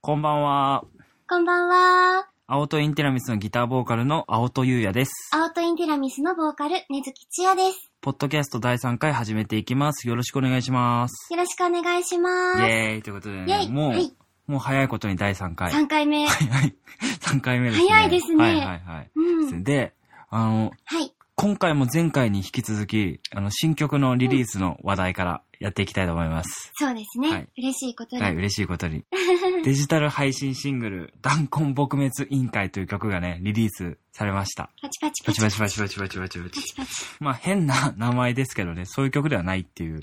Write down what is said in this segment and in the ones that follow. こんばんは。こんばんは。青とインティラミスのギターボーカルの青戸優也です。アウトインティラミスのボーカル、根月千也です。ポッドキャスト第3回始めていきます。よろしくお願いします。よろしくお願いしイます。ェーイということでイェね、イもう、はいもう早いことに第3回。 3回 目。はい。3回目ですね。早いですねはいはいはい。うん。で、あの、はい。今回も前回に引き続き、あの、新曲のリリースの話題からやっていきたいと思います。そうですね。はい嬉しいことで。はい、嬉しいことに。デジタル配信シングル、弾痕撲滅委員会という曲がね、リリースされました。 パチパチパパチチ。パチパチパチパチパチパチパ。チパチ。まあ変な名前ですけどね、そういう曲ではないっていう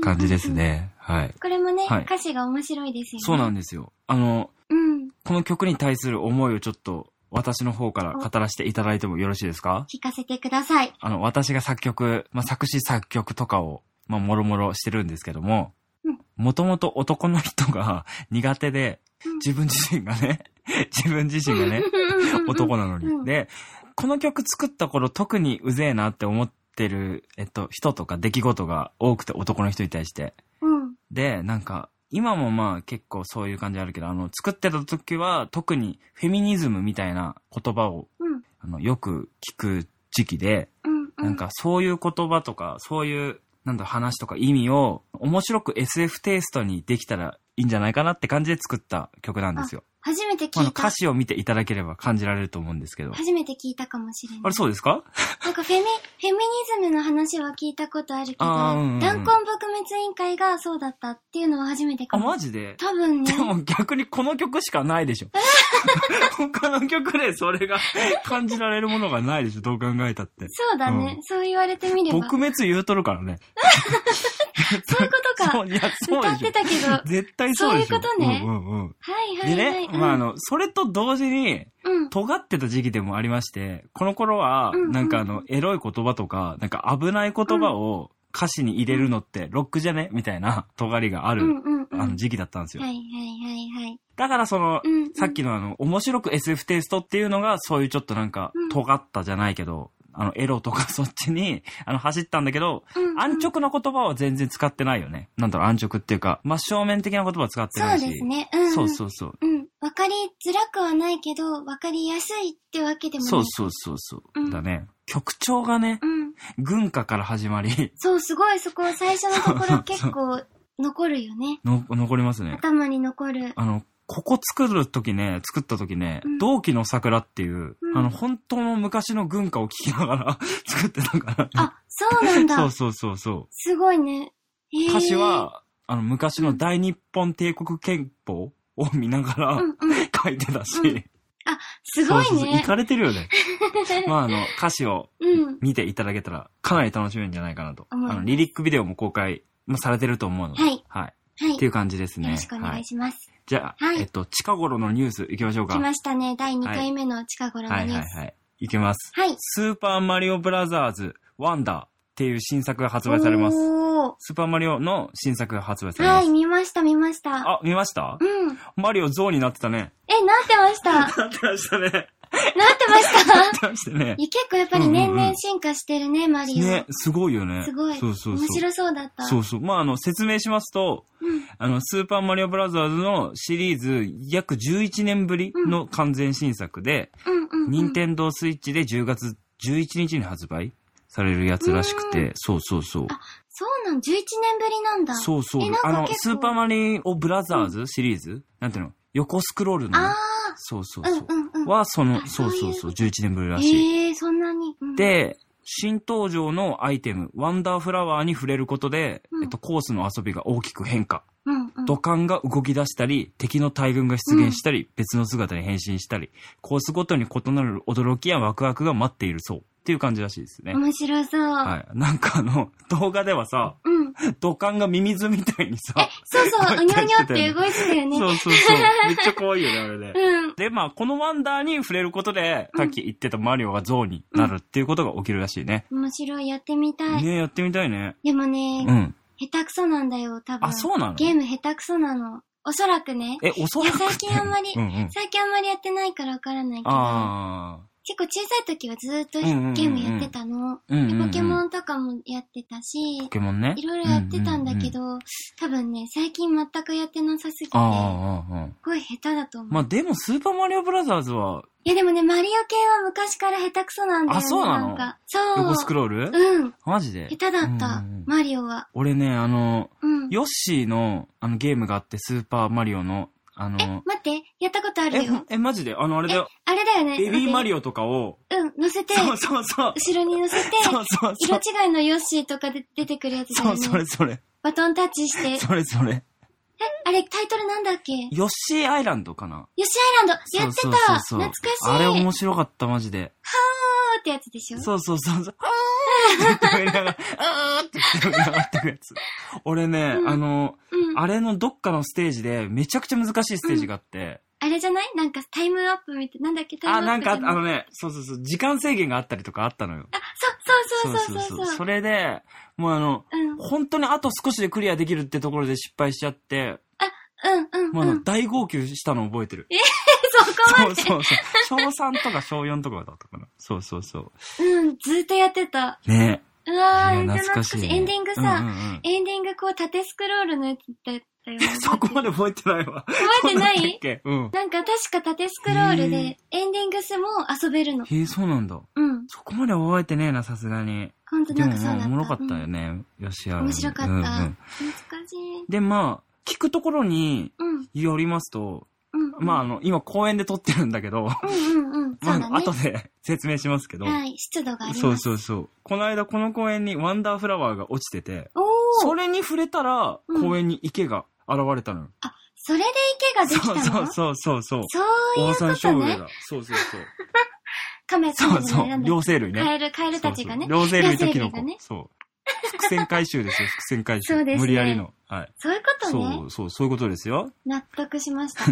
感じですね。はい。これもね、はい歌詞が面白いですよね。そうなんですよ。あの、うん。この曲に対する思いをちょっと私の方から語らせていただいてもよろしいですか聞かせてください。あの、私が作曲、まあ、作詞作曲とかを、まあ、もろもろしてるんですけどもうん、もともと男の人が苦手でうん、自分自身がね、自分自身が ね、男なのうに。んで、この曲作った頃特にうぜえなって思ってる、えっと、人とか出来事が多くて男の人に対して。うん。で、なんか、今もまあ結構そういう感じあるけど、あの、作ってた時は特にフェミニズムみたいな言葉を、うんあの、よく聞く時期で、うん。うなん、かそういう言葉とか、そういう、なんだろう話とか意味を面白く SF テイストにできたらいいんじゃないかなって感じで作った曲なんですよ。初めて聞あのいた歌。詞を見ていただければ感じられると思うんですけど。初めて聞いたかもしれない。あれそうですかなんかフェミ、フェミニズムの話は聞いたことあるけど、あーうんうんうん弾痕撲滅委員会がそうだったっていうのは初めてかあ、も。マジで多分ねで。も逆にこの曲しかないでし ょ。他の曲でそれが感じられるものがないでしょ、どう考えたって。そうだね、うそう言われてみれば。撲滅言うとるからね。そういうことか。そう、いや、そうで歌っしょて。たけど。は絶対そうでしょ。そういうことねうんうんうん。いはでいはい。ね、まああの、それと同時に、うん。尖ってた時期でもありまして、この頃はうんう、んなんかあの、エロい言葉とか、なんか危ない言葉を歌詞に入れるのってロックじゃねみたいな尖りがあうん、うんる、うんうん。あの時期だったんですよは。いはいはいはい。だからそのう、ん、うん。さっきのあの、面白く SF テイストっていうのが、そういうちょっとなんかうん、尖ったじゃないけど、あの、エロとかそっちに、あの、走ったんだけど、うん、うん、安直な言葉は全然使ってないよね。なんだろう、安直っていうか、真正面的な言葉は使ってそなういし。ですね。うん、うん。そうそうそう。うん。わかりづらくはないけど、わかりやすいってわけでもない。そうそうそうそうう。んだね。曲調がね、うん。軍歌から始まり、そう、すごいそこ、最初 のところ結構残るよね。の、残りますね。頭に残る。あの、ここ作るときね、作ったときね、うん同期の桜っていう、うんあの、本当の昔の軍歌を聞きながら 作ってたから、ね。あ、そうなんだ。そうそうそうそう。すごいね。へー歌詞、は、あの、昔の大日本帝国憲法を見ながうらんうん。書いてたし、うんすごいそうそうそう、ねい。かれてるよね。まあ、あの、歌詞を うん。見ていただけたら、かなり楽しめるんじゃないかなと。あ思いますの、リリックビデオも公開、まあ、されてると思うので、はいはい。はい。っていう感じですね。よろしくお願いします。じゃあ、はいえっと、近頃のニュース行きましょうか。来ましたね。第2回目の近頃のはいニュはーいス。はい。行きます。はい。スーパーマリオブラザーズワンダーっていう新作が発売されます。おースーパーマリオの新作が発売されまはす。い、見ました、見ました。あ、見ましたうん。マリオゾウになってたね。え、なって ました。なってなってましたね。なっました。てましたね。いや結構やっぱり年々進化してるね、マリオ。ね、すごいよね。すごい。そうそうそう。面白そうだった。そうそう。まあ、あの、説明しますと、うん。あの、スーパーマリオブラザーズのシリーズ約11年ぶりの完全新作で、うんうんうん。任天堂スイッチで10月11日に発売されるやつらしくて、そうそうそう。そうなん、11年ぶりなんだ。そうそうえなん。かあの、結スー構パーマリオブラザーズシリーズ、なんていうの横スクロールのねあ。そうそうー、そうう。んうんうん。は、その、あそうそうそう、11年ぶりらしい。ええー、そんなに。うん、で、新登場のアイテム、ワンダーフラワーに触れることで、うんえっと、コースの遊びが大きく変化。うんうん、土管が動き出したり、敵の大群が出現したり、別の姿に変身したり、コースごとに異なる驚きやワクワクが待っているそう。っていう感じらしいですね。面白そう。はい。なんかあの、動画ではさ、うん。土管がミミズみたいにさ、そう そう、うにょうにょって動いてたよね。そうそうそう。めっちゃ可愛いよね、あれね。うん。で、まあ、このワンダーに触れることで、うんさっき言ってたマリオがゾウになるっていうことが起きるらしいね。面白い、やってみたい。ねやってみたいね。でもね、うん。下手くそなんだよ、多分。あ、そうなのゲーム下手くそなの。おそらくね。え、おそらくいや最近あんまりうんうん。最近あんまりやってないからわからないけど、あ結構小さい時はずっとゲームやってたの。うんうんでうんポケモンとかもやってたし、ポケモンね。いろいろやってたんだうけうう。ど、多分ね、最近全くやってなさすぎて、すああ、ああ、ああ。ごい下手だと思う。まあでも、スーパーマリオブラザーズは、いやでもね、マリオ系は昔から下手くそなんだよね。あそうなのんかそう。横スクロールうん。マジで下手だった、うんうんうんマリオは。俺ね、あの、うん。ヨッシーの、あの、ゲームがあって、スーパーマリオの、あえ、の待、って、やったことあるほんよ。え、マジであの、あれだよ。あれだよね。ベビーマリオ。オとかを、うん、乗せて、そうそうそう。後ろに乗せて、そうそうそ色う。違いのヨッシーとかで出てくるやつだそよう、ね。それそれ。バトンタッチして。それそれ。え、あれタイトルなんだっけヨッシヨッシーアイランドかなーアイランドやってそうたそうそう懐かしいあれ面白かった、マジで。あーってやつでしょそうそうそうそう。あーって言いながら、あーって言って上がってくやつ。俺ね、うんあの、うん。ああれのどっかのステージで、めちゃくちゃ難しいステージがあって、れじゃないなんかタイムアップみたいな。なんだっけタあ、イムアなッんプじゃか、あないのね、そうそうそう、時間制限があったりとかあったのよ。そうそうそうそうそう。それで、もうあの、うん。うん、本当にあと少しでクリアできるってところで失敗しちゃって、うん、もううあん。の、大号泣したの覚えてる。そこそまうで。そうそう。小3とか小4とかだったかな。そうそうそう。うん、ずっとやってた。ねうわー、いやめっち懐ゃかしいねエンディングさ、うんうんうんエンディングこう縦スクロールのやつだったよね 。そこまで覚えてないわ。覚えてなどうだったっいけうん。なんか確か縦スクロールへで、エンディングスも遊べるの。へえ、そうなんだ。うん。そこまで覚えてねえな、さすがに。ほんとでなんも、かそうだまっあた。おもろかったうよんね。よしあ面白かった。うんうん懐かしい。で、まあ、聞くところにうん、よりますと、うん。まあ、あの、今公園で撮ってるんだけ ど、あ、うんうんうん。まそうあ、だ後ね。で 説明しますけど、はい、湿度があります。そうそうそう。この間この公園にワンダーフラワーが落ちてて、おそーれに触れたら、うん公園に池が現れたのよ。それで池ができたそうのそうそうそうそう。そういオうオサンこショとウウオね。だ。そうそう そう。カメカそメうじゃそ ないなんう。だっ両生類けね。カエル、カエルたちがね。そうそう両生類とキノ両生類がコね。そう。伏線回収ですよ、伏線回収。そうですね無理やりの。はい。そういうことそね。うそう、そういうことですよ。納得し ました。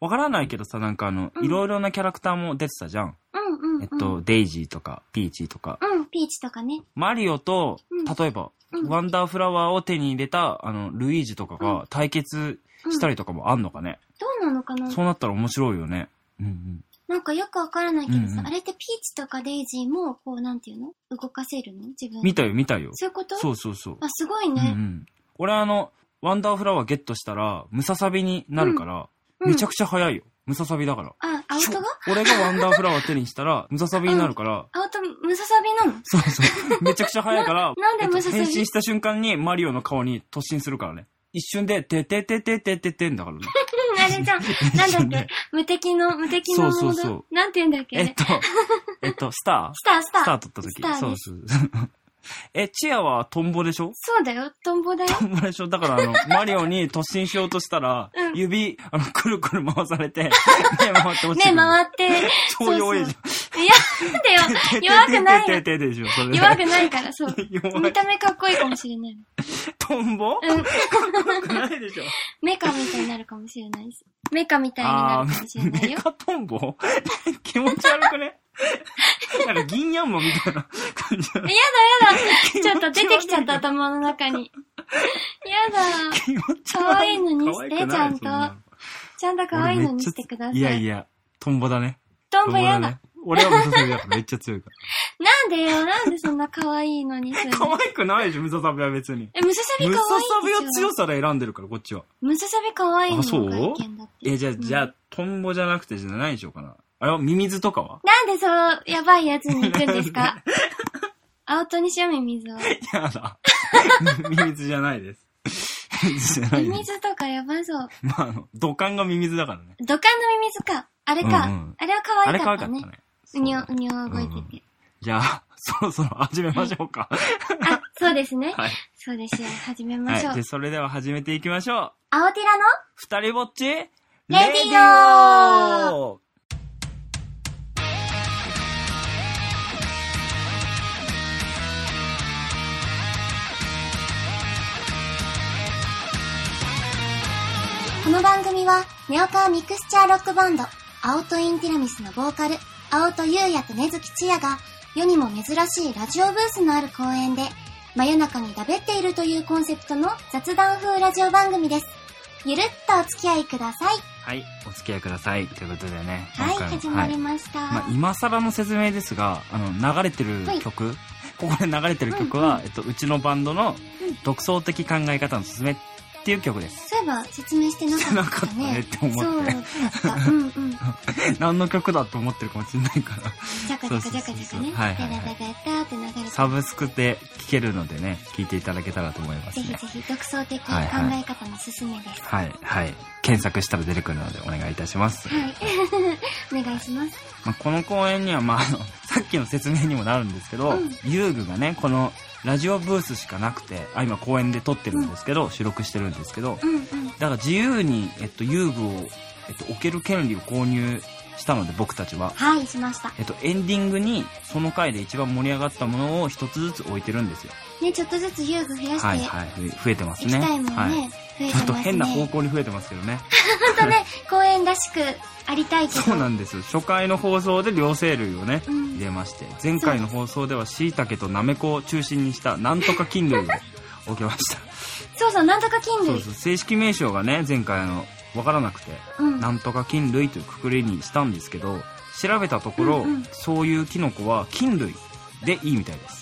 わからないけどさ、なんかあの、うんいろいろなキャラクターも出てたじゃん。うんうん、うん。えっと、デイジーとか、ピーチーとか。うん、ピーチとかね。マリオとうん、例えば、うんワンダーフラワーを手に入れた、あの、ルイージとかうが対決うんしたりとかもあんのかね。どうなのかなそうなったら面白いよね。うんうん。なんかよくわからないけどさ、うんうんあれってピーチとかデイジーも、こう、なんていうの動かせるの自分。見たよ、見たよ。そういうことそうそうそう。あ、すごいうんうね。ん。俺あの、ワンダーフラワーゲットしたら、ムササビになるから、うんめちゃくちゃ早いよ。ムササビだから。あ、アウトが俺がワンダーフラワー手にしたら、ムササビになるから、アウト、ムササビなのそうそう。めちゃくちゃ早いから、ななんでえっとムササビ変身した瞬間にマリオの顔に突進するからね。一瞬で、てててててててんだからね。 うんあ れじゃん。なんだっけ無敵の、無敵のモード。そうそうそうなんて言うんだっけあえっれと、えっと、スタースター、スター。スター取った時。スターそうねそう。 え、チアはトンボでしょそうだよ、トンボだよ。トンボでしょだからあの、マリオに突進しようとしたら、うん指、あの、くるくる回され て、目回って落ちてくね、る。回 って。超弱いじそうそう いや、なんだゃよん。。弱くないてよ。てててでしょ、それ。弱くないから、そう。 弱見い。た目かっこいいかもしれない。トンボうん。弱くないでしょ。メカみたいになるかもしれないです。メカみたいになあるかもしれー、なメいよ。カトンボ 気持ち悪くねなんか銀ヤンマみたいな感じ。ちょっと出てきちゃった頭の 中に。やだ。気持ち悪い。可愛いのにして可愛くないちゃんとそなちゃんと可愛いのにしてください。いやいや、トンボだね。トンボやだ。ね。俺はムササビだからめっちゃ強いから。なんでよ、なんでそんな可愛いのに する可の愛くないでしょ、ムササビは別に。え、ムササビム可ササ愛ビいはでしょ強さで選んでるから、こっちは。ムササビ可愛いのあそうが意見だって。え、じゃあ、んじゃあ、トンボじゃなくて、じゃあ何にしようかな。あれはミミズとかはなんでそう、やばいやつに行くんで すかアウトにしよう、ミミズを。やだ。 ミミズじゃないです。ミミズじゃないミでミす。ズとかやばそう。まあ、あの、土管がミミズだからね。土管のミミズか。あれか。うんうんあれは可あれ愛可か愛っかったたねね。。うにょ、うにょ動いてて。じゃあ、そろそろ始めましょうか。あ、そうですね。はい。そうですよ。始めまはい。しじょうゃあ、。それでは始めていきましょう。青ティラの二人ぼっちレディオディオこの番組は、ネオカーミクスチャーロックバンド、青とインティラミスのボーカル、青とゆうやと根月千也が、世にも珍しいラジオブースのある公演で、真夜中にだべっているというコンセプトの雑談風ラジオ番組です。ゆるっとお付き合いください。はい、お付き合いください。ということでね。はい、今回も始まりはいました。まあ、今更の説明ですが、あの、流れてる曲、ここで流れてる曲は、うんえっと、うちのバンドのうん独創的考え方のすすめっていう曲です。そういえば説明してなじゃなかったかったねっね。て思そうっだて、った。う んうん。何の曲だと思ってるかもしれないから。ジャカジャカジャカジャカね。はいはいはいダダダダダって流れて。サブスクで聴けるのでね、聴いていただけたらと思いますぜひね。ぜひ独創的考はいはいえ方のすすめです。はい、はい。検索したら出てくるのでお願いいたします。はい。お願い します。まあ、この公演には、まあ、あの、さっきの説明にもなるんですけど、うん遊具がね、この、ラジオブースしかなくて、あ、今公演で撮ってるんですけど、収録してるんですけど、うんうん。だから自由に、えっと、遊具を、えっと、置ける権利を購入したので、僕たちは。はい、しました。えっと、エンディングに、その回で一番盛り上がったものを一つずつ置いてるんですよ。ね、ちょっとずつ遊具増やはいしてはい。ふ増えてますいきね。たいもんね。はい。増えちょってとますね。変な方向に増えてますけどね。本当ね、公園らしくありたいけど。そうなんですよ。初回の放送で両生類をね、うん入れまして、前回の放送では椎茸とナメコを中心にしたなんとか菌類を置けました。そうそう、なんとか菌 そう類。そう、正式名称がね、前回あの、わからなくて、うん。なんとか菌類というくくりにしたんですけど、調べたところ、うんうんそういうキノコは菌類でいいみたいです。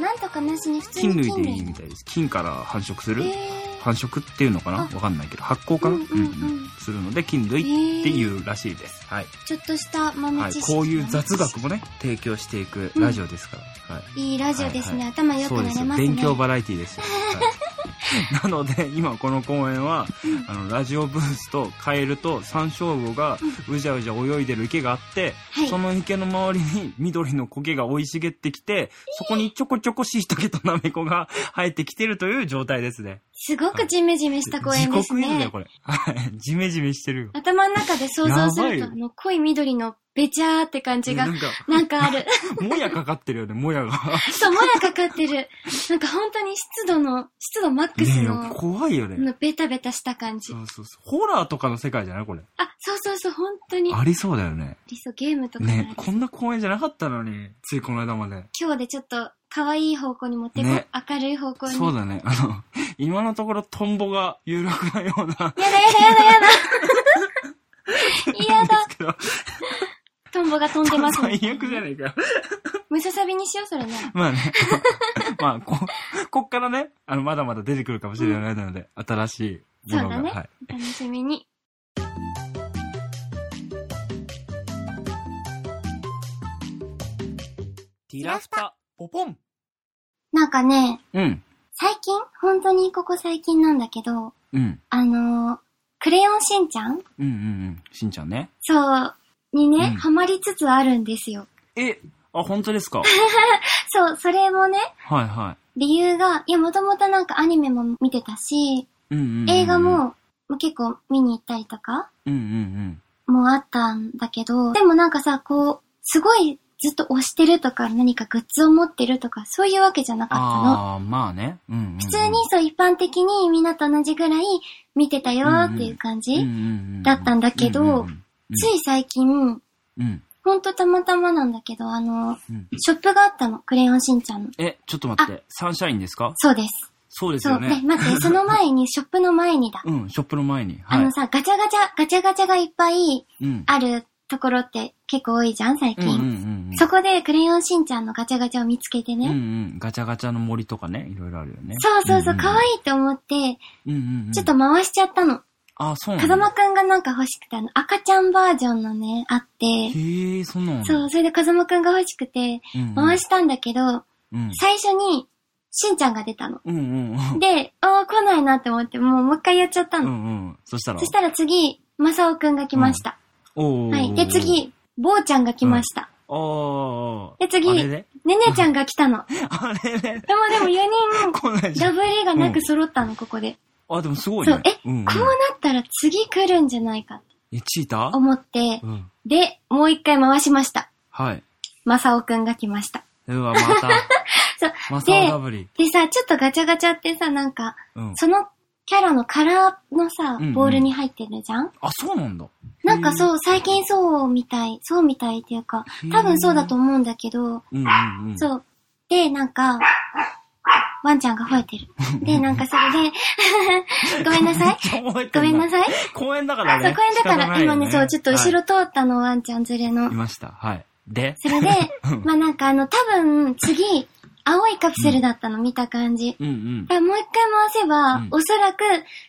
なんとかなしに普通菌に類で菌い類いみたいです。菌から繁殖する、え繁殖っていうのかなわあかんないけど、発酵かな、うんうんうんするので、菌類っていうらしいです。はい。ー、ちょっとした豆はい、知識、こういう雑学もね提供していくラジオですから、はいいいラジオですね、はいはい頭良くそうなでれすよますね勉強バラエティーですよ、 はい、なので今この公演はあのラジオブースとカエルとサンショウウオがうじゃうじゃ泳いでる池があって、はいその池の周りに緑の苔が生い茂ってきてそこにちょこちょこしいたけとなめこが生えてきてるという状態ですねすごくジメジメした公園です地獄犬だねよこれはいジメジメしてるよ頭の中で想像するやとばいよあの濃い緑のべちゃーって感じながんかなんかあるもやかかってる よねもやがそうもやかかってるなんか本当に湿度の湿度マックスねのえ怖いよねのベタベタした感じそうそうそう。ホラーとかの世界じゃないこれ。あそうそうそう本当にありそうだよね。理想ゲームとかもあるね、こんな公演じゃなかったのに、ついこの間まで。今日でちょっと可愛い方向に持ってこう、ね明るい方向にそうだね。あの、今のところトンボが有力なような、やだやだやだやだやだですけど、トンボが飛んでます 最悪じゃないかよ。ムササビにしよう、それね。 まあね。まあ、こ、こっからね、あの、まだまだ出てくるかもしれないので、新しいものが、そうだねはい。お楽しみに。ティラフタ、ポポンなんかね、うん、最近、本当にここ最近なんだけど、うん、あのークレヨンしんちゃうんん、うん、うん。しんちゃんね。そう、にね、うんハマりつつあるんですよ。え、あ、本当ですかそう、それもね、はいは理由が、いや、もともとなんかアニメも見てたし、い。うん、うんうん。映画、も、もう結構見に行ったりとか、うん、うん、もあったんだけど、でもなんかさ、こう、すごいずっと推してるとか、何かグッズを持ってるとか、そういうわけじゃなかったの。ああ、まあね。うんうんうん、普通にそう一般的にみんなと同じぐらい見てたよーっていう感じ、だったんだけどつい最近、うんうんほんとたまたまなんだけど、あの、うんショップがあったの、クレヨンしんちゃんの。え、ちょっと待って、サンシャインですかそうです。そうですそよう。ね、ね。待って、その前に、ショップの前にだ。うん、ショップの前に。あはいの。さ、ガチャガチャ、ガチャガチャがいっぱいうん。あるところって結構多いじゃん、最う近。んうんうんうん。そこでクレヨンしんちゃんのガチャガチャを見つけてうんうね。ん。ガチャガチャの森とかね、いろいろあるよね。そうそうそう、可い愛いと思って、い。うんうんうん。ちょっと、回しちゃったの。あ、そうな風ん間だ。くんがなんか欲しくて、あの、赤ちゃんバージョンのね、あって、へえ、そんなの。そう、それで風間くんが欲しくて、うんうん。回したんだけど、うん。最初に、しんちゃんが出たの。うんうんうん。で、ああ、来ないなって思って、もうもう一回やっちゃったうの。んうん。そしたらそし、たら次、まさおくんが来ました。おーはい。で、。次、ぼうちゃんが来ました。おー。で、次、あれねでねちゃんが来た の。あれででもでも4人、来ないじゃダん。ブリがなく揃ったの、ここで。あ、でもすごいそうね。、え、こうんんなったら次来るんじゃないかってえ、チーター思って、うん。で、もう一回回しました。はい。まさおくんが来ました。うわ、また。 そうマサオダブリ。でさ、ちょっとガチャガチャってさ、なんか、うん。そのキャラのカラーのさうんうん、ボールに入ってるじゃん、あ、そうなんだ。なんかう。そう、最近そうみたい、そうみたいっていうか、多分そうだと思うんだけど、うんうんうん。そう。で、なんか、ワンちゃんが吠えてる。で、なんかそ れで、ごめんなさい。ごめんなさい。さい。公園だからあ、ね。そう、公園だか仕方なら、いよ今ねね、そう、ちょっと後ろ通ったの、ワンちゃん連れのい。ました。はい。で、それで、まあなんかあの、多分、次、青いカプセルだったの、見た感じ。うんうん。だからもう一回回せば、うんおそらく、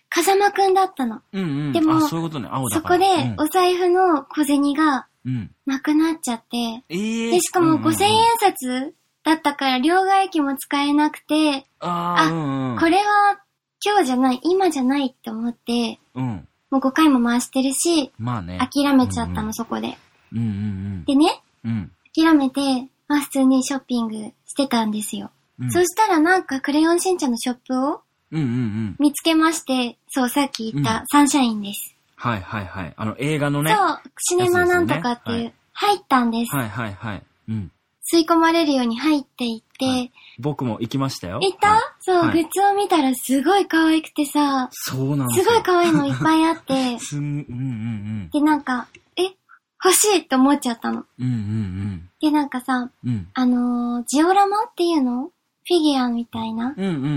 風間くんだったの。うんうん。でもあ、そういうことね。青だそかこら。でうん、お財布の小銭がうん。なくなっちゃって、えーで、しかうもんうんうん5000円札だったから、両替機も使えなくて、あー、うんうん。これは今日じゃない、今じゃないって思って、うん。もう5回も回してるし、まあね。諦めちゃったうんうの、んそこで。うんうんでね、うん。諦めて、まあ普通にショッピングしてたんですよ。うん。そしたらなんかクレヨンしんちゃんのショップをうんうんうん。見つけまして、そう、さっき言っうたサンシャインです。はいはいはい。あの、映画のね。そはう、シネマなんとかっていう、やつです入ったんです、いはいはい。うん。吸い込まれるように入っていって、、はい僕も行きましたよ。た、はいそう、はいグッズを見たらすごい可愛くてさ、そうなんですすよごい可愛いのいっぱいあって、すん、うんで、なんか、え、欲しいって思っちゃったの。うんうん。うんうんで、なんかさ、うん。うん。あのージオラマっていうのフィギュアみたいなうんうんうんう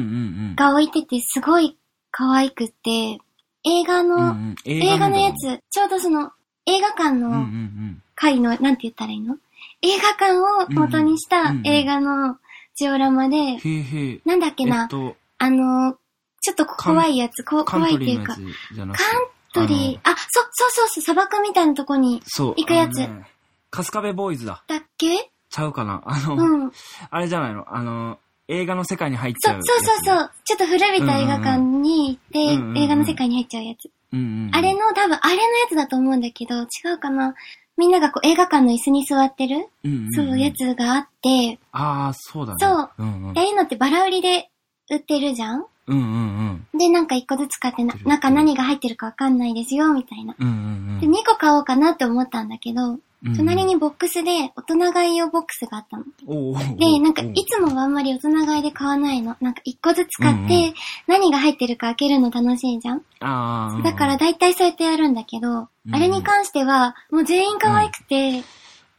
ん。が置いててすごい可愛くって、映画の、うんうん映画のやつつ、ちょうどその映画館うんうんうのん。回の、なんて言ったらいいの映画館を元にしたうんうん映画のジオラマで、へえへえ。なんだっけえなっ、と、あのー、ちょっと怖いやつ、こカ怖ンいっトてリいーうのやか、つじゃなくて。カントリー、あそう、そうそうそう、砂漠みたいなとこに、そう。行くやつあのね。カスカベボーイズだ。だっけちゃうかな。あうの、ん。あれじゃないの。あの、映画の世界に入っちそゃううやつ。そうそうそう、ちょっと古びた映画館に行って、うんうんうん映画の世界に入っちゃうやつ。うんうんうん。あれの、多分あれのやつだと思うんだけど、違うかなみんながこう映画館の椅子に座ってる、うんうんうんそう、や。つがあって、ああ、そうだね。そう。うんうんあ。あいうのってバラ売りで売ってるじゃんうんうんうん。で、なんか一個ずつ買ってな売って、る中何が入ってるかわかんないですよ、みたいな。うんうんで、2個買おうかなって思ったんだけど、うん。隣にボックスで大人買い用ボックスがあったの。おうおうおう、で、なんかいおうつもはあんまり大人買いで買わないの。なんか一個ずつ買っうんうて、何が入ってるか開けるの楽しいじゃんああ。だから大体そうやってやるんだけど、うんあれに関しては、もう全員可愛くて、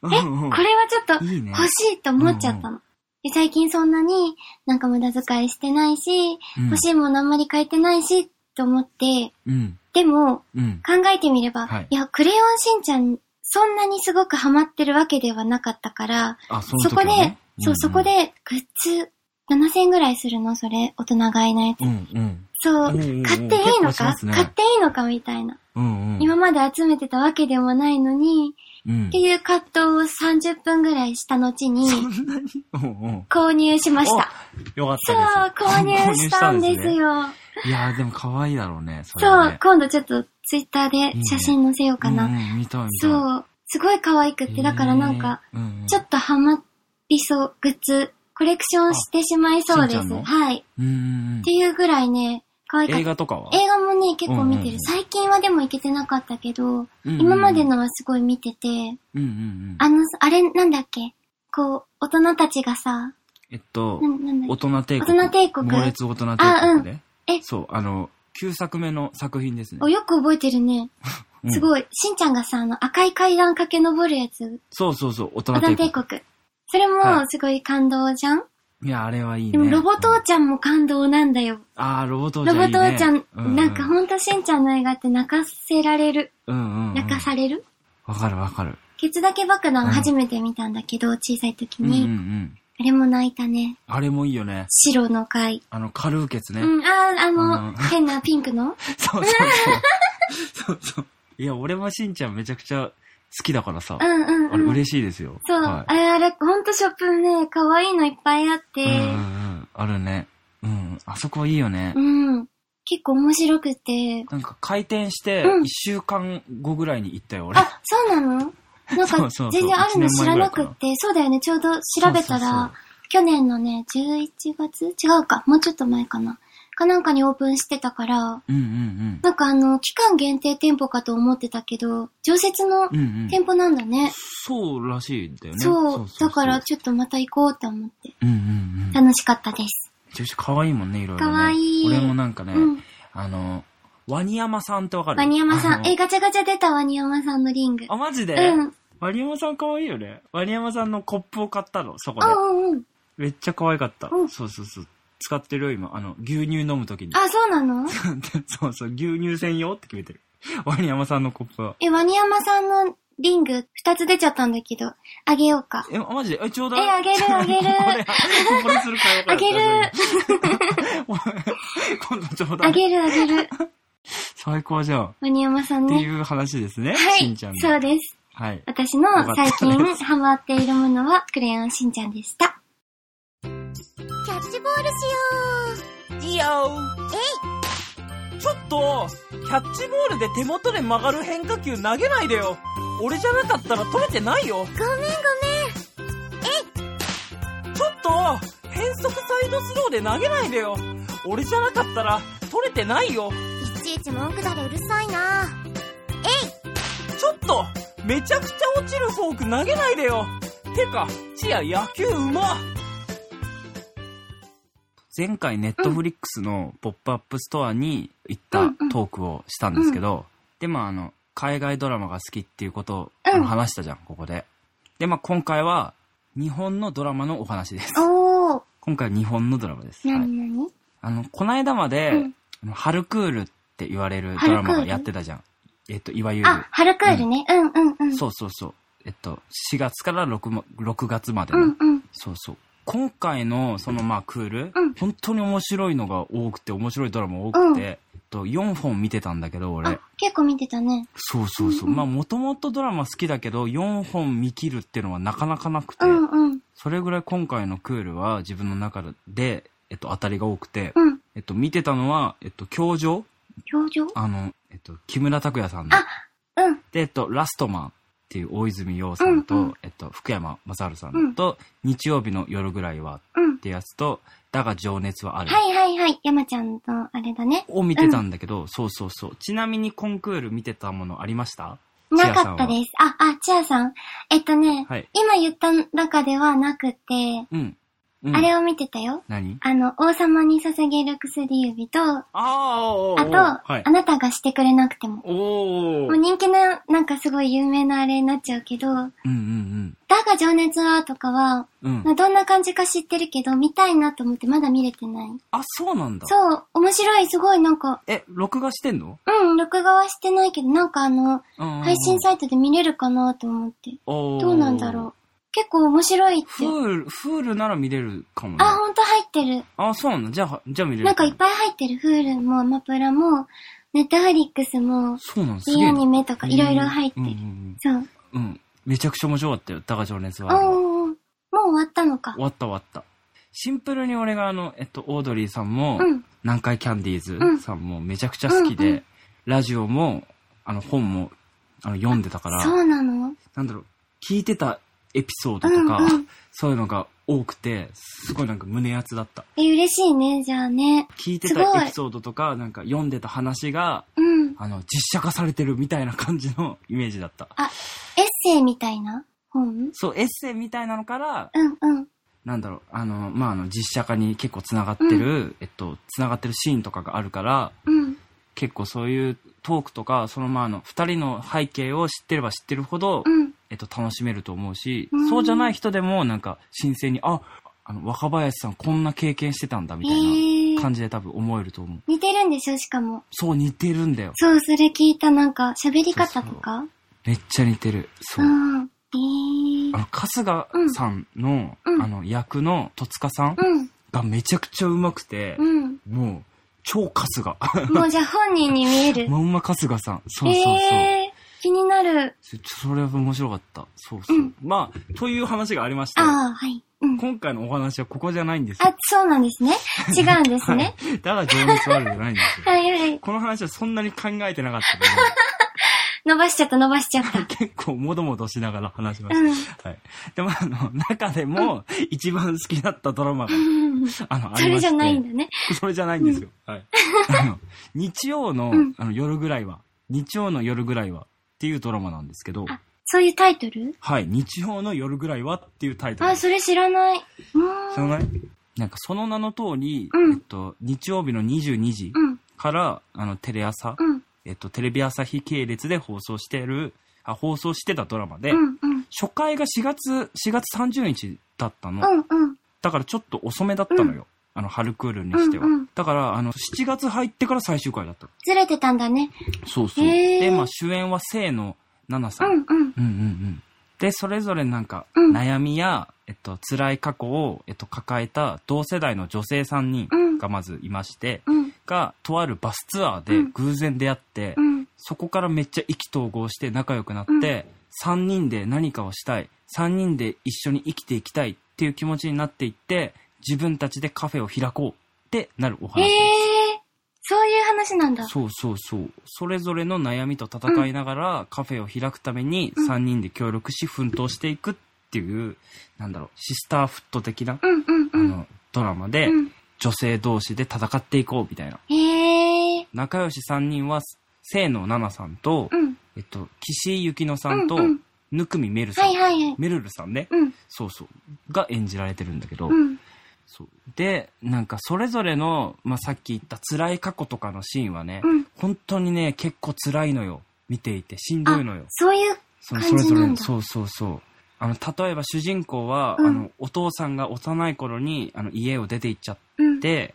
うん、え、うんうんうんこれはちょっといいね。欲しいと思っちゃったの。で最近そんなになんか無駄遣いしてないし、欲しいものあんまり買えてないし、と思って、うん。でもうん。考えてみれば、はいい、や、クレヨンしんちゃん、そんなにすごくハマってるわけではなかったから、あ、そのそ時こはで、ねそう、そこ。でグッズ7000円ぐらいするの、それ、大人買いのやつ。うんうん。そう、うんうんうん買っていいの結構しまか、すね買っていいのかみたいな。うんうん。今まで集めてたわけでもないのに、うんっていう葛藤を30分ぐらいした後に、そんなにうんうん。購入しました。よかっそう、た購で入す。したんですね。よ。いやーでも可愛いだろうね。それそはうね、今度ちょっとツイッターで写真載せようかうんな。うん見たい見たい。そう、すごい可愛くって、だからなんか、えー、うんうんちょっとハマりそう、グッズ、コレクションしてしまいそうであしんちゃす。んのはい。うんうんっていうぐらいね、可愛うん。かっ映た。画とかは映画もね、結構見うんてうんうる。ん最近はでも行けてなかったけど、うんうんうん今までのはすごい見てて、うんうんうん。あの、あれ、なんだっけこう、大人たちがさ、えっとな、なんだ大っ人帝国。大人帝国猛烈大人帝あう国んで。えそう、あの、9作目の作品ですねけお、。よく覚えてるね。うんすごい。しんちゃんがさ、あの、赤い階段駆け上るやつ、そうそうそう、大人大人帝国帝。国。それはも、いすごい感動じゃんいや、あれはいいね。でも、ロボうん父ちゃんも感動なんだよ。ああ、ロボ父ちゃロんいボいね。父ちゃん、うなんかほんとしんちゃんの映画って泣かせられる。うんうんうん。泣かされるわかるわかる。ケツだけ爆弾初めて見たんだけど、小さい時うんうんうに。ん。あれも泣いたね。あれもいいよね。白の階。あの、カルーケツね。うん、あー、あうんの、変なピンクのそうそうそう。 そうそう。いや、俺もしんちゃんめちゃくちゃ好きだからさ。うあんうんうん。れ嬉しいですよ。そう、はあれあれ、ほんとショップね、可愛いのいっぱいあっい、て、うんうんうん。あるね。うん。あそこいいよね。うん、結構面白くて、なんか開店してうん1週間後ぐらいに行ったよ、俺。あ、そうなのなんそうそうそかう、全然あるの知一年前らなくぐらいかって、そうだよね、ちょうど調べそたうそうそうら、去年のね、11月違うか、もうちょっと前かな。かなんかにオープンしてたから、うんうんなんかあの、期間限定店舗かと思ってたけど、常設うん。うのんうん。店舗なんだね。そうらしいんだよね。そう、だからうちょっとまた行こうって思って、うんうんうん。楽しかったです。女子可愛いもんね、いろいろ、ね。可愛い俺もなんかね、うん。あの、ワニヤマさんってわかるワニヤマさあん、のえ、ガチャガチャ出たワニヤマさんのリング。あ、マジで、うん。ワニヤマさん可愛いよね。ワニヤマさんのコップを買ったの、そこであ。うんうん。めっちゃ可愛かった。うんそうそうそう。使ってるよ、今。あの、牛乳飲むときに。あ、そうなの そうそう、牛乳専用って決めてる。ワニヤマさんのコップは。え、ワニヤマさんのリング二つ出ちゃったんだけど、あげようか。え、マジでえ、ちょうだい。え、あげるあげる。 これ、これするかよかった。あげる 今度ちょうだい。あげるあ げる。最高じゃん。っワニヤマさんてね。いう話ですね。はしいんちゃん、そうの。です。はい。私のよかった最です近ハマっているものは、クレヨンしんちゃんでした。キャッチボールしよいいよえいちょっとキャッチボールで手元で曲がる変化球投げないでよ俺じゃなかったら取れてないよう。ごめんごめん。ちょっと変速サイドスローで投げないでよ俺じゃなかったら取れてないよいちいち文句だれうるさいなちょっとめちゃくちゃ落ちるフォーク投げないでよてか、チア野球うま前回ネットフリックスのポップアップストアに行ったトークをしたんですけど、でまああの、海外ドラマが好きっていうことをあうんの話したじゃん、ここで。でまあ今回は日本のドラマのお話です。おー。今回は日本のドラマです。なはいになにあの、こないだまで、うんあのハルクールって言われるドラマがやってたじゃん。えっと、いわゆる。あ、ハルクールね。うんうんうん。そうそうそう。えっと、4月から 6, も6月までうの、んうん。そうそう。今回のそのまあクール、うん本当に面白いのが多くて、面白いドラマ多くて、えっと、4本見てたんだけど、俺あ。、結構見てたね。そうそうそう。うんうんまあ、もともとドラマ好きだけど、4本見切るっていうのはなかなかなくて、うんうん。それぐらい今回のクールは自分の中で、えっと、当たりが多くて、うん。えっと、見てたのは、えっと、教場表情あの、えっと、木村拓哉さんのあうん。で、えっと、ラストマンっていう大泉洋さんと、うんうんえっと、福山雅治さんと、日曜日の夜ぐらいはっうん。てやつと、だが情熱はある。はいはいはい。山ちゃんのあれだね。を見てたんだけど、そうそうそう。ちなみにコンクール見てたものありましたなかったです。あ、あ、チアさん。えっとね、はい。今言った中ではなくて、うん。うん、あれを見てたよ。何あの、王様に捧げる薬指と、あああ、おーと、おーはいあ。なたがしてくれなくても。おお。もう人気の、なんかすごい有名なあれになっちゃうけど、だうんうんが情熱はとかは、うん。うん。まあどんな感じか知ってるけど、見たいなと思ってまだ見れてない。あ、そうなんだ。そう、面白い、すごい、なんか、え、録画してんのうん、録画はしてないけど、なんかあの、配配信サイトで見れるかなと思って。どどうなんだろう。結構面白いって。フール、フールなら見れるかもね。あ、ほんと入ってる。あ、そうなんだ。じゃあ、じゃあ見れるなんかいもっぱい入ってる。Hulu も、アマプラも、ネットフリックスも、そうなんすげいいえアなニメとかいろいろ入ってうんうる。んそう。うん、うんめちゃくちゃ面白かったよ。だが情熱おは。ーおーおーもう終わったのか終。わった終わった。シンプルに俺があの、えっと、オードリーさんも、うん。南海キャンディーんズさんもめちゃくちゃ好きで、うんうラジオも、あの、本も、あの、読んでたから、そうなのなんだろう、聞いてたエピソードうとんか、うん。そういうのが多くて、すごいなんか胸熱だった。え、嬉しいね、じゃあね。聞いてすごたエいピソードとか、なんか読んでた話が、うん。あの、実写化されてるみたいな感じのイメージだった。エッセイみたいな本そう、エッセイみたいなのから、うんうん。なんだろう、あの、まあ、あの、実写化に結構つながってる、えっと、つながってるシーンとかがあるから、うん。結構そういうトークとか、そのまあ、あの、二人の背景を知ってれば知ってるほど、うん。えっと、楽しめると思うし、うんそうじゃない人でも、なんか、新鮮に、あ、あの、若林さんこんな経験してたんだ、みたいえなー。感じで多分思えると思う。似てるんでしょ、しかも。そう、似てるんだよ。そう、それ聞いた、なんか、喋り方とかめっちゃ似てる。そうう。ん。えーあ。の、春日さんの、うんあの、役の戸塚さんうん。がめちゃくちゃうまくて、うん。もう、超春日。もうじゃあ本人に見える。まんま春日さん。 そうそうそう。えー、気になる。そそれは面白かった。そうそう。うんまあ、という話がありまして、ああ、はい。うん。今回のお話はここじゃないんですあよ。、そうなんですね。違うんで すね。はい。だから情熱はあるじゃないんですよ。 はいはい。この話はそんなに考えてなかった伸ばしちゃった伸ばしちゃ った。けど、結構もどもどしながら話しましうん。た。はい。でもあの、中でも一番好きだったドラマが、あの、ありましてそれじゃないんだね。それじゃないんですよ。はい。あの、日曜のうんあの夜ぐらいは、日曜の夜ぐらいはっていうドラマなんですけど、あそういうタイトルはい、日曜の夜ぐらいはっていうタイトルあ、です。それ知らない。う知ーらん。ないなんかその名の通り、うんえっと、日曜日の22時うん。から、あの、テレ朝、うん。えっと、テレビ朝日系列で放送してる、あ、放送してたドラマで、うん。うん。初回が4月、4月30日だったの。うん。うん。だからちょっと遅めだったのよ。あの、春クールにしては。うんうんだから、あの、7月入ってから最終回だった。ずれてたんだね。そうそう。へーで、まあ、主演は清野奈々うさん。んうん。うんうんうん。で、それぞれなんか、うん悩みや、えっと、辛い過去を、えっと、抱えた同世代の女性3人うん。がまずいまして、うん。が、とあるバスツアーうでん偶然出会って、うん。そこからめっちゃ意気投合して仲良くなって、3人で何かをしたい、3人で一緒に生きていきたいっていう気持ちになっていって、自分たちでカフェを開こうってなるおへ話。え、そういう話なんだ。そうそうそう。それぞれの悩みと戦いながら、カフェを開くためにうん3人で協力し奮闘していくっていう、なんだろう、シスターフット的な、うんうんあうん。の、ドラマでう、ん女性同士で戦っていこうみたいな。へえ、仲良し3人は、清野奈々さんとう、ん。えっと、岸井ゆきのさんとうんうん、ぬくみめるさはんい。はいはい。めるるさんね。うん。そうそう。が演じられてるんだけど、うん。そう。で、なんかそれぞれの、まあ、さっき言った辛い過去とかのシーンはね、うん。本当にね、結構辛いのよ。見ていて、しんどいのよ。そういう、その感じなんだそうそうそう。あの、例えば主人公は、うんあの、お父さんが幼い頃に、あの、家を出て行っちゃっうん。て、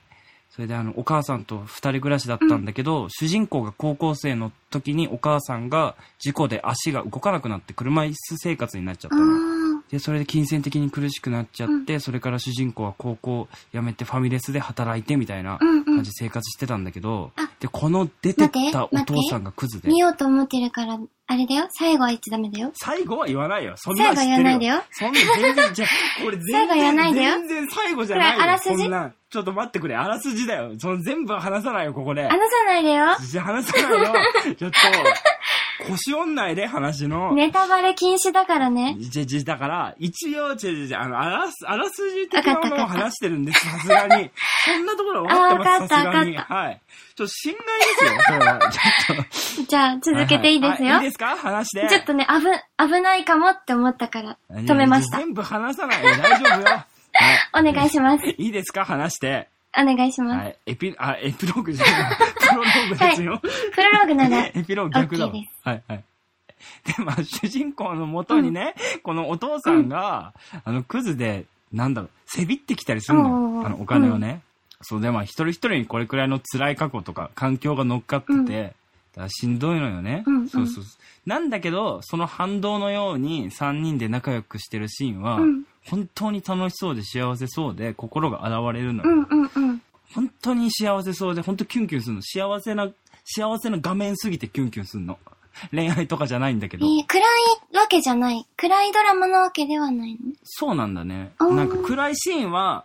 それであの、お母さんと二人暮らしだったんだけど、主人公が高校生の時にお母さんが事故で足が動かなくなって車椅子生活になっちゃっあたの。ーで、それで金銭的に苦しくなっちゃって、それから主人公は高校を辞めてファミレスで働いてみたいなうんう感んじ。で生活してたんだけど、あで、この出てったお父さんがクズで見、ようと思ってるから、あれだよ。最後は言っちゃダメだよ。最後は言わないよ。そんな最ん後知っ言てるわなよい。でよ。そんな全然、じゃあ、これ全然、最後言わないでよ全然最後じゃないよ。これあらすじこんなんちょっと待ってくれ、あらすじだよ。その全部は話さないよ、ここで。話さないでよ。じゃあ話さないよ。 ちょっと、腰折んないで、話の。ネタバレ禁止だからね。じゃ、じゃ、だから、一応、じゃ、じゃ、あの、あらす、あらすじ的なものをわかったわかった話してるんです、さすがに。そんなところは分かってます、あさすわかったがに。わはい。ちょっと心外ですよ、それは。ちょっと。じゃあ、続けていいですはよいいい。ですか話して。ちょっとね、危、危ないかもって思ったから、止めました。全部話さないで大丈夫よ。 はお願いします。い。いいですか話して。お願いしまはす。い。エピ、あ、エピローグじゃ ない。プロローグですよ。プロローグなら、エ ピローグ逆だわ OK ですはいはい。で、まあ、主人公のもとにね、このお父さんが、あの、クズで、なんだろう、せびってきたりするおうおうおのうよ。あの、お金をね。そう、で、まあ、一人一人にこれくらいの辛い過去とか、環境が乗っかってて、うんだからしんどいのよね。うんうんそうそうそう。なんだけど、その反動のように3人で仲良くしてるシーンは、うん本当に楽しそうで幸せそうで、心が現れるのよ。うんうんうん。本当に幸せそうで、本当キュンキュンするの。幸せな、幸せな画面すぎてキュンキュンするの。恋愛とかじゃないんだけえど。ー暗いわけじゃない。暗いドラマなわけではないの。そうなんだね。あーなんか暗いシーンは、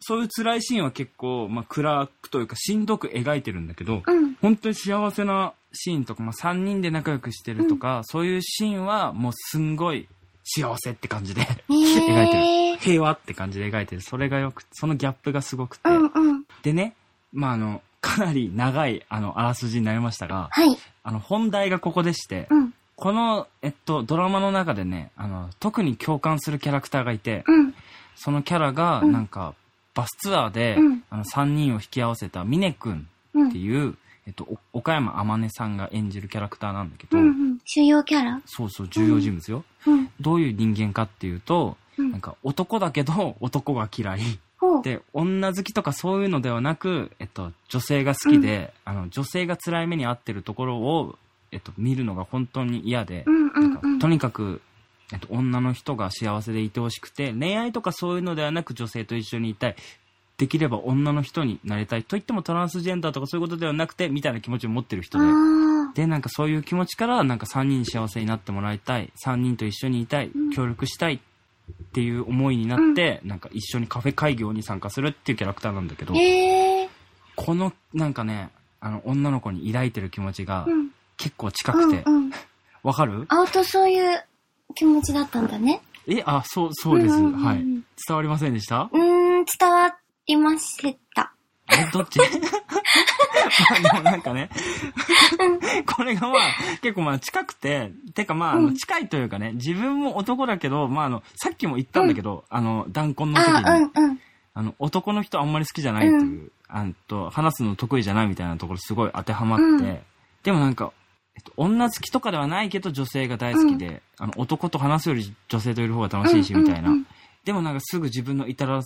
そういう辛いシーンは結構、まあ暗くというかしんどく描いてるんだけど、うん。本当に幸せなシーンとか、まあ3人で仲良くしてるとか、そういうシーンはもうすんごい幸せって感じで 描いてえる。ー。平和って感じで描いてる。それがよく、そのギャップがすごくて。うんうん。でね、まあ、あの、かなり長い、あの、あらすじになりましたが、はい。あの、本題がここでして、うん。この、えっと、ドラマの中でね、あの、特に共感するキャラクターがいて、うん。そのキャラが、うんなんか、バスツアーで、うんあの、3人を引き合わせた、ミネ君うんって。いう、えっと、お岡山天音さんが演じるキャラクターなんだけうど、んうん。主要キャラそうそう、重要人物よ。うん。どういう人間かっていうと、うなんん。か、男だけど、男が嫌い。ほう。で、女好きとかそういうのではなく、えっと、女性が好きで、あの、女性が辛い目に遭ってるところを、えっと、見るのが本当に嫌でう、んうんなうんんかと。にかく、えっと、女の人が幸せでいてほしくて、恋愛とかそういうのではなく女性と一緒にいたい。できれば女の人になりたい。と言ってもトランスジェンダーとかそういうことではなくて、みたいな気持ちを持ってる人で。あで、なんかそういう気持ちから、なんか3人幸せになってもらいたい。3人と一緒にいたいうん。協力したい。っていう思いになって、なんか一緒にカフェ開業に参加するっていうキャラクターなんだけどー。、えー。この、なんかね、あの、女の子に抱いてる気持ちがうん。結構近うくんてう、ん。わかる青とそういう気持ちだったんだね。え、あ、そう、そうです。んんんはい。伝わりませんでしたうーん、伝わりました。え、どっちまあでも なんかね、これがまあ、結構まあ近くて、てかまああうの、ん近いというかね、自分も男だけど、まああの、さっきも言ったんだけど、あの、断婚の時に、あ、うんうん。あの、男の人あんまり好きじゃないっていう、あんと、話すの得意じゃないみたいなところすごい当てはまって、うんでもなんか、えっと、女好きとかではないけど女性が大好きで、あの、男と話すより女性といる方が楽しいし、みたいな。うんうんうんでもなんかすぐ自分の至ら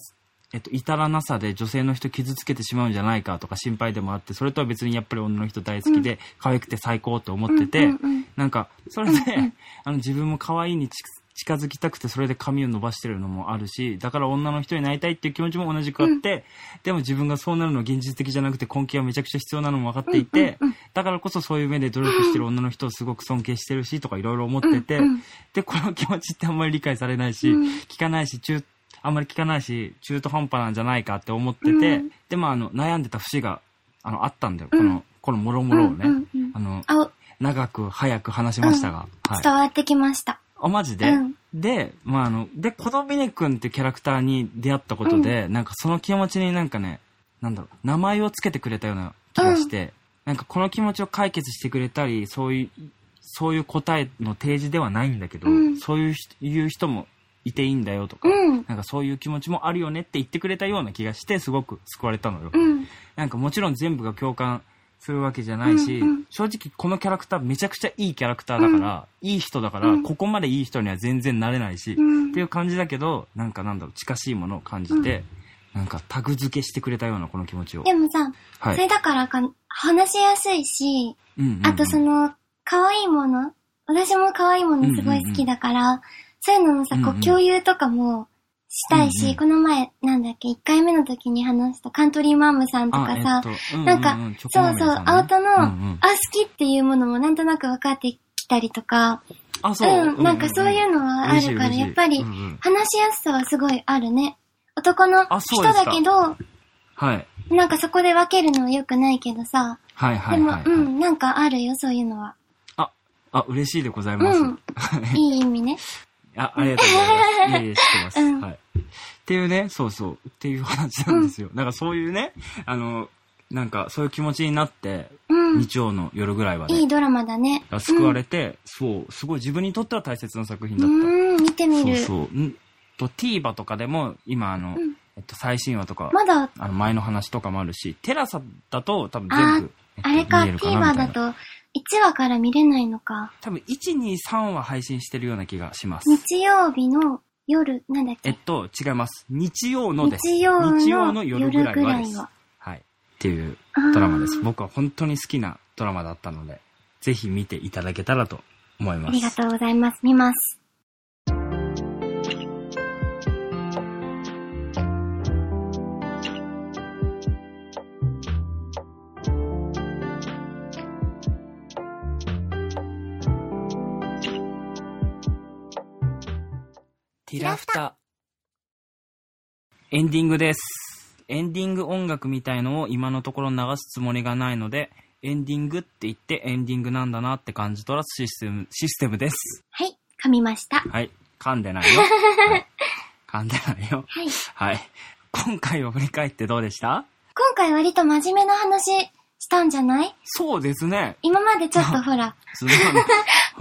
えっと、至らなさで女性の人傷つけてしまうんじゃないかとか心配でもあって、それとは別にやっぱり女の人大好きで、可愛くて最高と思ってて、うんうんうんなんか、それでうんうん、あの、自分も可愛いにち近づきたくて、それで髪を伸ばしてるのもあるし、だから女の人になりたいっていう気持ちも同じくあって、でも自分がそうなるのは現実的じゃなくて根気がめちゃくちゃ必要なのも分かっていて、うんうんうんだからこそそういう目で努力してる女の人をすごく尊敬してるし、とかいろいろ思ってて、うんうんで、この気持ちってあんまり理解されないし、うん聞かないし、中、あんまり聞かないし、中途半端なんじゃないかって思ってて、うんで、まあ、あの、悩んでた節が、あの、あったんだよ。うんこの、このもろもろをね。うんうんうんあの、あ、長く早く話しましたが。はい。伝わってきました。あ、マジで、うんで、まあ、あの、で、このみねくんってキャラクターに出会ったことで、なんかその気持ちになんかね、なんだろう、名前をつけてくれたような気がして、なんかこの気持ちを解決してくれたり、そういう、そういう答えの提示ではないんだけど、うんそういう人いう人もいていいんだよとか、うん。なんかそういう気持ちもあるよねって言ってくれたような気がして、すごく救われたのよ。うん。なんかもちろん全部が共感するわけじゃないし、うんうん正直このキャラクターめちゃくちゃいいキャラクターだから、いい人だから、うんここまでいい人には全然なれないし、うっんていう感じだけど、なんかなんだろう、近しいものを感じて、なんかタグ付けしてくれたようなこの気持ちを。でもさ、はそれい。だからか、話しやすいし、うんうんうんあとその、可愛いもの私も可愛いものすごい好きだから、そういうののさ、こうんううん共有とかもしたいし、うんうんこの前、なんだっけ、1回目の時に話したカントリーマームさんとかあさ、えっとうなんかううチョコそう豆そうさ、んねアウトの、うんうんあ、好きっていうものもなんとなく分かってきたりとか、あ、そう。うん、なんかそういううのはあ嬉しいるから、嬉しいやっぱりうんうん話しやすさはすごいあるね。男のあ人そうですかだけど、はい。なんかそこで分けるのは良くないけどさ、はいはいでも、はい、はいうん、なんかあるよ、そういうのは。あ、あ、嬉しいでございます。うん。いい意 味ね。あ、ありがとうございます。いえいえ、知ってます。うんはい。っていうね、そうそう。っていう話なんですよ。なんかそういうね、あの、なんかそういう気持ちになって、うん。日曜の夜ぐらいはね、いいドラマだね。が救われて、そう、すごい自分にとっては大切な作品うだった。ん、見てみる。そうそう。んと、TVer とかでも、今あの、うんえっと、最新話とか、まだ、あの、前の話とかもあるし、テラサだと多分全部、あれか、えっと見えるな TVer みたいだなと、1話から見れないのか。多分、1、2、3話配信してるような気がします。日曜日の夜、なんだっえっけ。と、違います。日曜のです。日曜日の夜夜ぐぐららいいはです。ははい。っていうドラマです。僕は本当に好きなドラマだったので、ぜひ見ていただけたらと思いあまりがす。とうございます。見ます。ティラフタ。エンディングです。エンディング音楽みたいのを今のところ流すつもりがないので、エンディングって言ってエンディングなんだなって感じ取らすシステム、システムです。はい、噛みました。はい。噛んでないよ。はい噛んでないよ。はい。はい。今回を振り返ってどうでした今回割と真面目な話したんじゃないそうですね。今までちょっとほら、すごいはい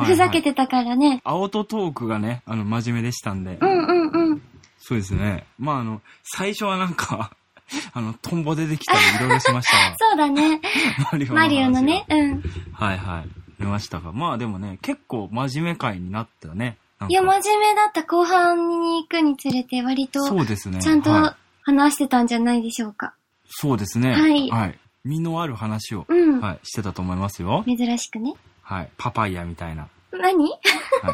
ふざはけいてたからね。青とトークがね、あの、真面目でしたんで。うんうんうん。そうですね。まあ、あの、最初はなんか、 あの、トンボ出て きたりいろいろしましたそうだね。が。マリオの話マリオのね。。うん。はいはい。見ましたが。まあでもね、結構真面目回になったね。なんかいや、真面目だった後半に行くにつれて割と、そうですね。ちゃんとはい話してたんじゃないでしょうか。そうですね。はい身のある話を、うんはい、してたと思いますよ。珍しくね。はい。パパイヤみたいな。何 はい。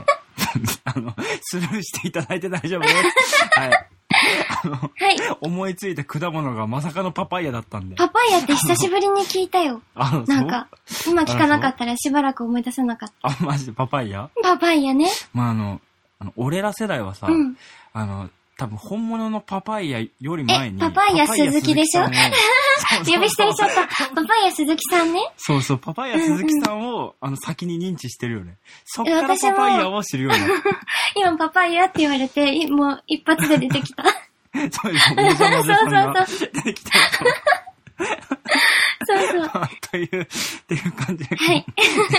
あの、スルーしていただいて大丈夫です。はい。はい。思いついた果物がまさかのパパイヤだったんで。パパイヤって久しぶりに聞いたよ。あの、なそんうか、今聞かなかったらしばらく思い出せなかっあ、マジでパパイヤた。パパイヤね。まあ、あの、あの、俺ら世代はさ、うん。あの、多分本物のパパイヤより前に。えパパイヤ鈴木でしょパパイヤ鈴木さんを 呼び捨てにしちゃった。パパイヤ鈴木さんね。そうそう、パパイヤ鈴木さんを、あの、先に認知してるよね。そっえから私もパパイヤを知るようになっ今パパイヤって言われて、いもう一発で出てき た。た。そういう、おじゃまじゃさんが そ出てきたりとかそうそう。はという、 っていう感じでい。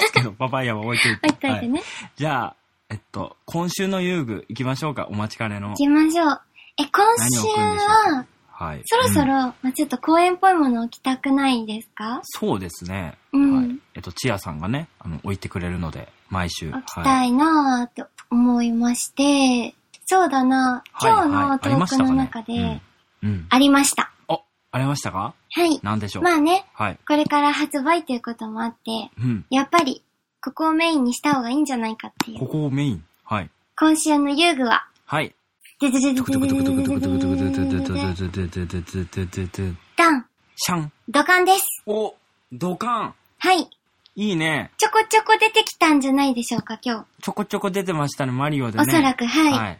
す けど、パパイヤは置いといて。置いといてはね。じゃあ、えっと、今週の遊具行きましょうか、お待ちかねの行。きましょう。え、今何を週送るんでしょうは、はい。そろうそろ、んまあちょっと公園っぽいものを着たくないですかそうですね。うんはい。えっと、チアさんがね、あの、置いてくれるので、毎週。置きはたい。いなぁと思いまして、そうだなぁはい今日のトークの中で、はいありましたかねうん。ありました。お、ありましたかはい。なんでしょう、まあね、はい。これから発売ということもあって、うん。やっぱり、ここをメインにした方がいいんじゃないかっていこう。こをメイン。はい。今週の遊具は、はい。ででででトでクでトでクトクトクトクトクトクトクトクでトでクトクトクトクトクトクトクダン、シャン。ドカンです。お、ドカン。はい。いいね。ちょこちょこ出てきたんじゃないでしょうか、今ちょこちょこ出てましたね、マリオで日。ね。おそらく、ははい。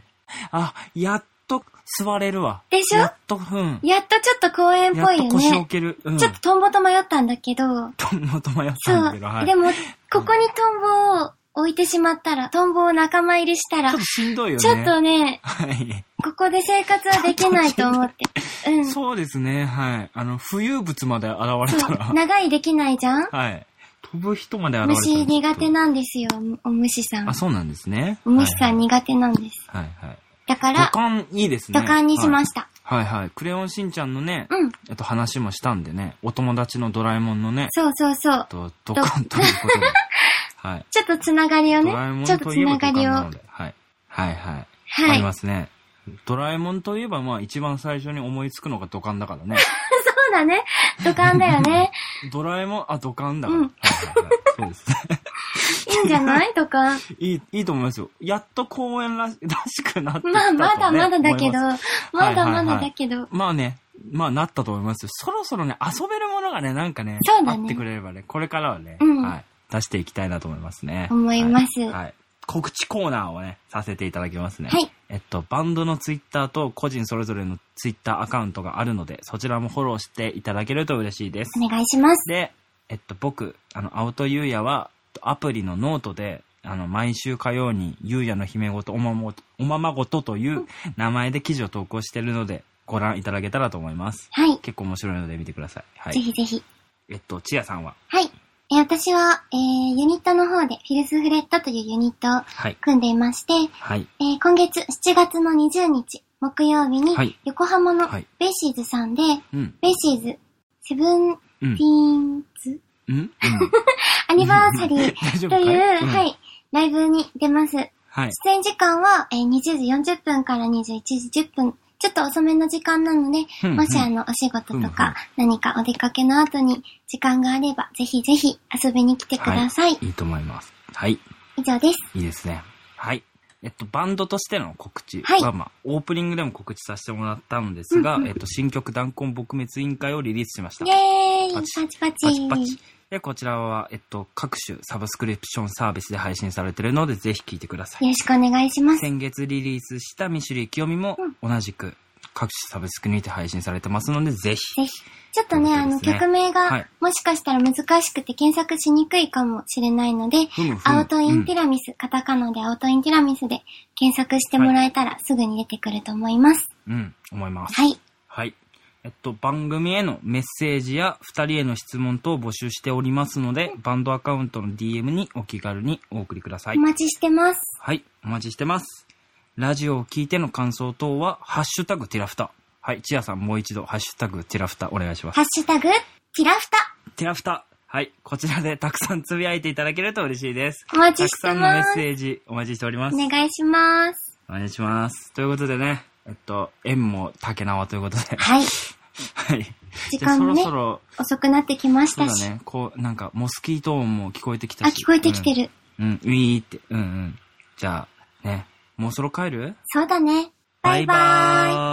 あ、やっと座れるわ。でしょやっと、うんい。。やっとちょっと公園っやぽっいとよ腰をね置。ける。うん。ちょっとトンボと迷ったんだけど、とんぼと迷っそたんだうけど、は。い。でちも、ここにトンボを置いてしまったら、トンボを仲間入りしたらょっと、しんどいよね。ちょっとね、はい。ここで生活はできないと思って。うん。そそうですね、はい。あの、浮遊物まで現れたらう。。長いできないじゃんはい。飛ぶ人まで現れたら。虫苦手な。なんですよ、お虫さんあ、。そうなんですね。お虫さんに。苦手なんです。はいはい。だかドら、カンいいですね。土管にしましした。た。はいはい。クレヨンしんちゃんのね、うん。えっと話もしたんでね、お友達のドラえもんのね、そうそうそう。と、ドカンということ で。はい。ちょっとつながりをドラえもね、んちょっととついえばなドカがンりを。なのはで。はい。はいはい。ありい。ますね。ドラえもんといえば、まあ一番最初に思いつくのがドカンだからね。そうだね。土管だよ ね。ドラえもん、あ、ドカンだから。うんはいはいはい。そうです ね。いいんじゃない土管。いい、いいと思いますよ。やっと公園らしらしくなってきたまあ、と、ね。まだまだだ思けいどます。まだはいはまいだはいだけど。まあね、まあなったと思いますよ。そろそろね、遊べるものがね、なんかね、そうだねあってくれればね、これからはね、うんはい、出していきたいなと思いますね。思いますはい。はい告知コーナーをね、させていただきますね。はい。えっと、バンドのツイッターと個人それぞれのツイッターアカウントがあるので、そちらもフォローしていただけると嬉しいです。お願いします。で、えっと、僕、あの、青戸優也は、アプリのノートで、あの、毎週火曜に、優也の姫ごと、おまも、おままごとという名前で記事を投稿してるので、ご覧いただけたらと思います。はい。結構面白いので見てください。はぜい。ひぜひ。えっと、ちやさんは、はい。え私は、えー、ユニットの方で、フィルスフレットというユニットをはい。組んでいまして、はい。えー今月7月の20日、木曜日にはい、横浜のはいベーシーズさんで、うん。ベーシーズ、セブンうんティ。ーンズ、うん。うん。アニバーサリー 大丈夫かといいう、うんはい、ライブに出ます。はい。出演時間は、えー20時40分から21時10分。ちょっと遅めの時間なので、うんもしあの、お仕事うんうとんか、何かお出かけの後に時間があれば、ぜひぜひ遊びに来てください。いいと思います。はい。以上です。いいですね。はい。えっと、バンドとしての告知はいは、まあ、オープニングでも告知させてもらったんですが、うんうんえっと、新曲弾痕撲滅委員会をリリースしました。イェーイパパチチパチパチパチ。で、こちらは、えっと、各種サブスクリプションサービスで配信されているので、ぜひ聴いてくださよい。ろしくお願いします。先月リリースした三種類清美も、同じく各種サブスクにて配信されてますので、ぜひ。ぜひ。ちょっとね、あの、ということですね曲名はがい、もしかしたら難しくて検索しにくいかもしれないので、ふむふむアウトインティうんラミス、カタカナでアウトインティラミスで検索してもらえたらすぐに出てくると思います。うん、思います。はい。はい。えっと、番組へのメッセージや二人への質問等を募集しておりますので、バンドアカウントの DM にお気軽にお送りくださいお。待ちしてます。はい、お待ちしてます。ラジオを聞いての感想等は、ハッシュタグティラフタ。はい、チアさんもう一度、ハッシュタグティラフタお願いします。ハッシュタグ、ティラフタ。ティラフタ。はい、こちらでたくさんつぶやいていただけると嬉しいです。お待たちくしさてんのメまッす。セージお待ちしておりますお。願いします。お願いします。ということでね、えっと、縁も竹縄ということで。 はい。はい。時間もじねゃあそろそろ、遅くなってきましそうただし。ね、こう、なんか、モスキート音も聞こえてきあ、たし。聞こえてきてる。うん。うん、ウィーって、うんうん。じゃあ、ね、もうそろ帰るそうだね。バイバーイ。ーイ